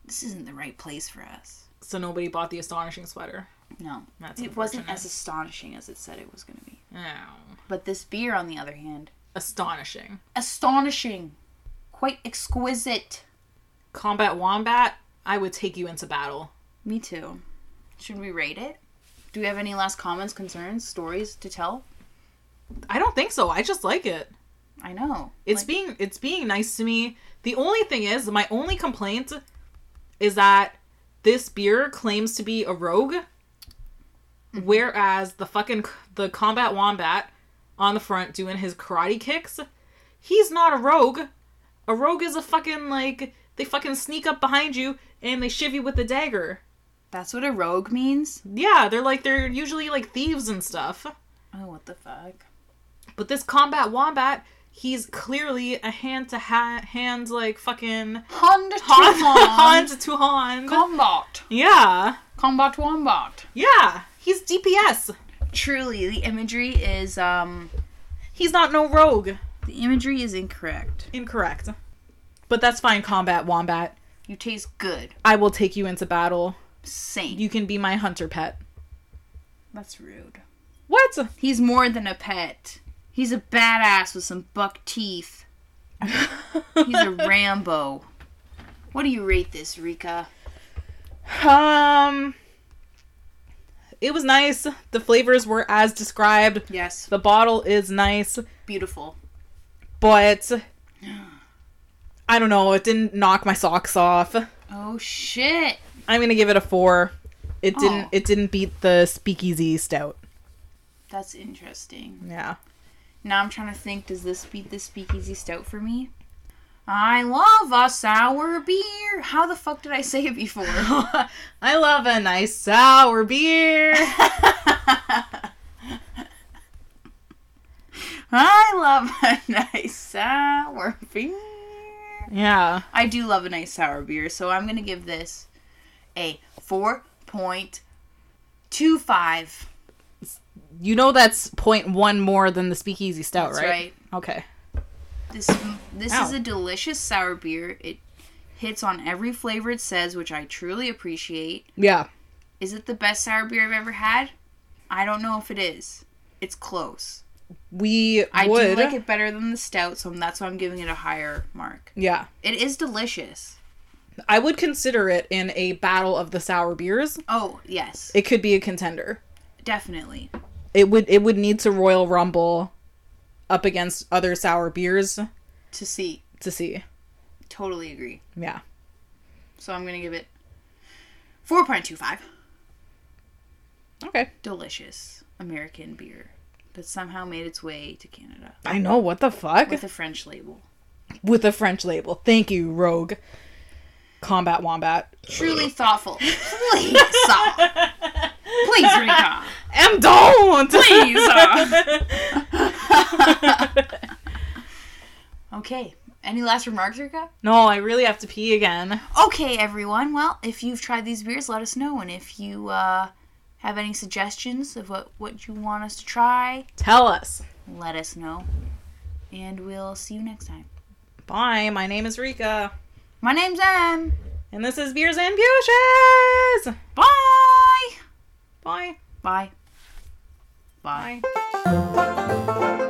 This isn't the right place for us. So nobody bought the astonishing sweater. No, That's it wasn't unfortunate. as astonishing as it said it was going to be. Oh. But this beer, on the other hand, Astonishing. astonishing, quite exquisite. Combat Wombat, I would take you into battle. Me too. Should we rate it? Do we have any last comments, concerns, stories to tell? I don't think so. I just like it. I know. It's Like, being it's being nice to me. The only thing is, my only complaint is that this beer claims to be a rogue, whereas the fucking the combat wombat on the front doing his karate kicks, he's not a rogue. A rogue is a fucking like they fucking sneak up behind you and they shiv you with a dagger. that's what a rogue means. Yeah, they're like they're usually like thieves and stuff. Oh, what the fuck? But this combat wombat, he's clearly a hand to ha- hand like fucking Honda Han, Tucson. Han to Han. Combat. Yeah. Combat Wombat. Yeah. He's DPS. Truly, the imagery is um He's not no rogue. the imagery is incorrect. Incorrect. But that's fine, Combat Wombat. You taste good. I will take you into battle. Saint. You can be my hunter pet. that's rude. What? He's more than a pet. He's a badass with some buck teeth. He's a Rambo. What do you rate this, Rika? Um. It was nice. The flavors were as described. Yes. The bottle is nice, Beautiful. but I don't know. It didn't knock my socks off. Oh shit. I'm gonna give it a four. It didn't. Oh. It didn't beat the Speakeasy Stout. That's interesting. Yeah. Now I'm trying to think, does this beat the speakeasy stout for me? I love a sour beer. How the fuck did I say it before? I love a nice sour beer. I love a nice sour beer. yeah. I do love a nice sour beer, so I'm gonna give this a 4.25. You know that's point one more than the Speakeasy Stout, That's right? Okay. This this is Ow. a delicious sour beer. It hits on every flavor it says, which I truly appreciate. Yeah. Is it the best sour beer I've ever had? I don't know if it is. It's close. We I would. do like it better than the stout, so that's why I'm giving it a higher mark. Yeah. It is delicious. I would consider it in a battle of the sour beers. Oh, yes. It could be a contender. definitely. It would. It would need to Royal Rumble up against other sour beers To see. to see. Totally agree. Yeah. So I'm going to give it 4.25. Okay. Delicious American beer that somehow made its way to Canada I know. What the fuck? with a French label. with a French label. Thank you, Rogue. Combat Wombat. Truly thoughtful. Please, uh, please, Rika. M don't! Please. uh. okay. Any last remarks, Rika? no, I really have to pee again. Okay, everyone. Well, if you've tried these beers, let us know. And if you uh, have any suggestions of what, what you want us to try, Tell us. let us know. And we'll see you next time. Bye, my name is Rika, My name's Em. and this is Beers and Bushes! Bye. Bye. Bye. Bye. Bye.